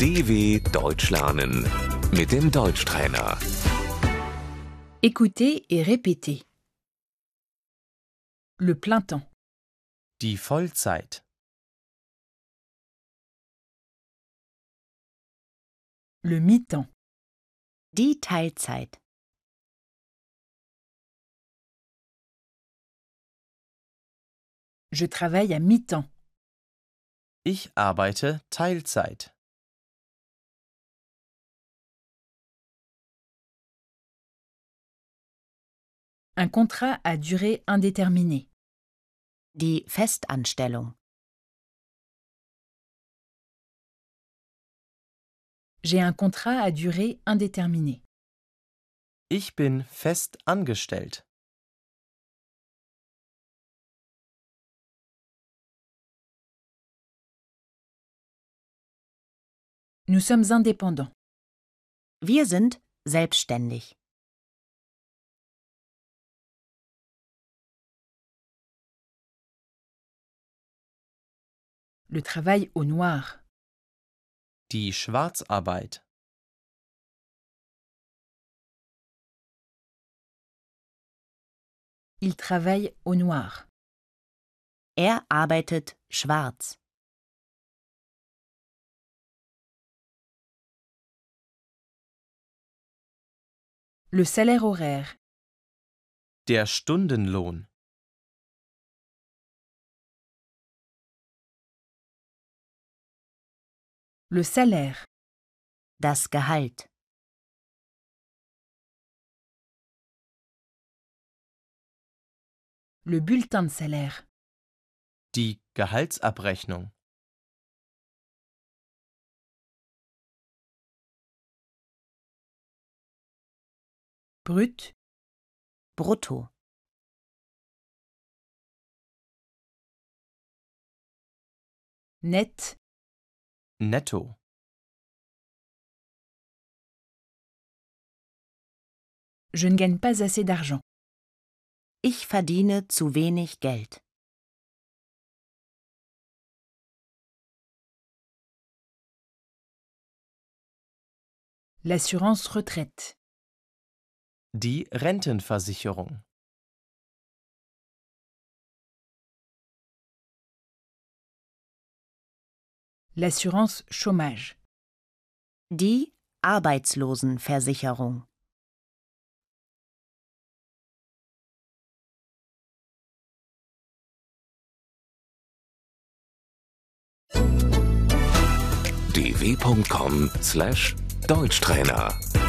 DW Deutsch lernen mit dem Deutschtrainer. Écoutez et répétez. Le plein temps, Die Vollzeit. le mi-temps. Die Teilzeit. Je travaille à mi-temps, Ich arbeite Teilzeit. un contrat à durée indéterminée, Die Festanstellung. j'ai un contrat à durée indéterminée, Ich bin fest angestellt. nous sommes indépendants. Wir sind selbstständig. Le travail au noir, Die Schwarzarbeit. il travaille au noir. Er arbeitet schwarz. Le salaire horaire, Der Stundenlohn. le salaire, Das Gehalt. le bulletin de salaire, Die Gehaltsabrechnung. brut, Brutto. net, Netto. je ne gagne pas assez d'argent. Ich verdiene zu wenig Geld. L'assurance retraite, Die Rentenversicherung. l'assurance chômage, Die Arbeitslosenversicherung. dw.com/deutschtrainer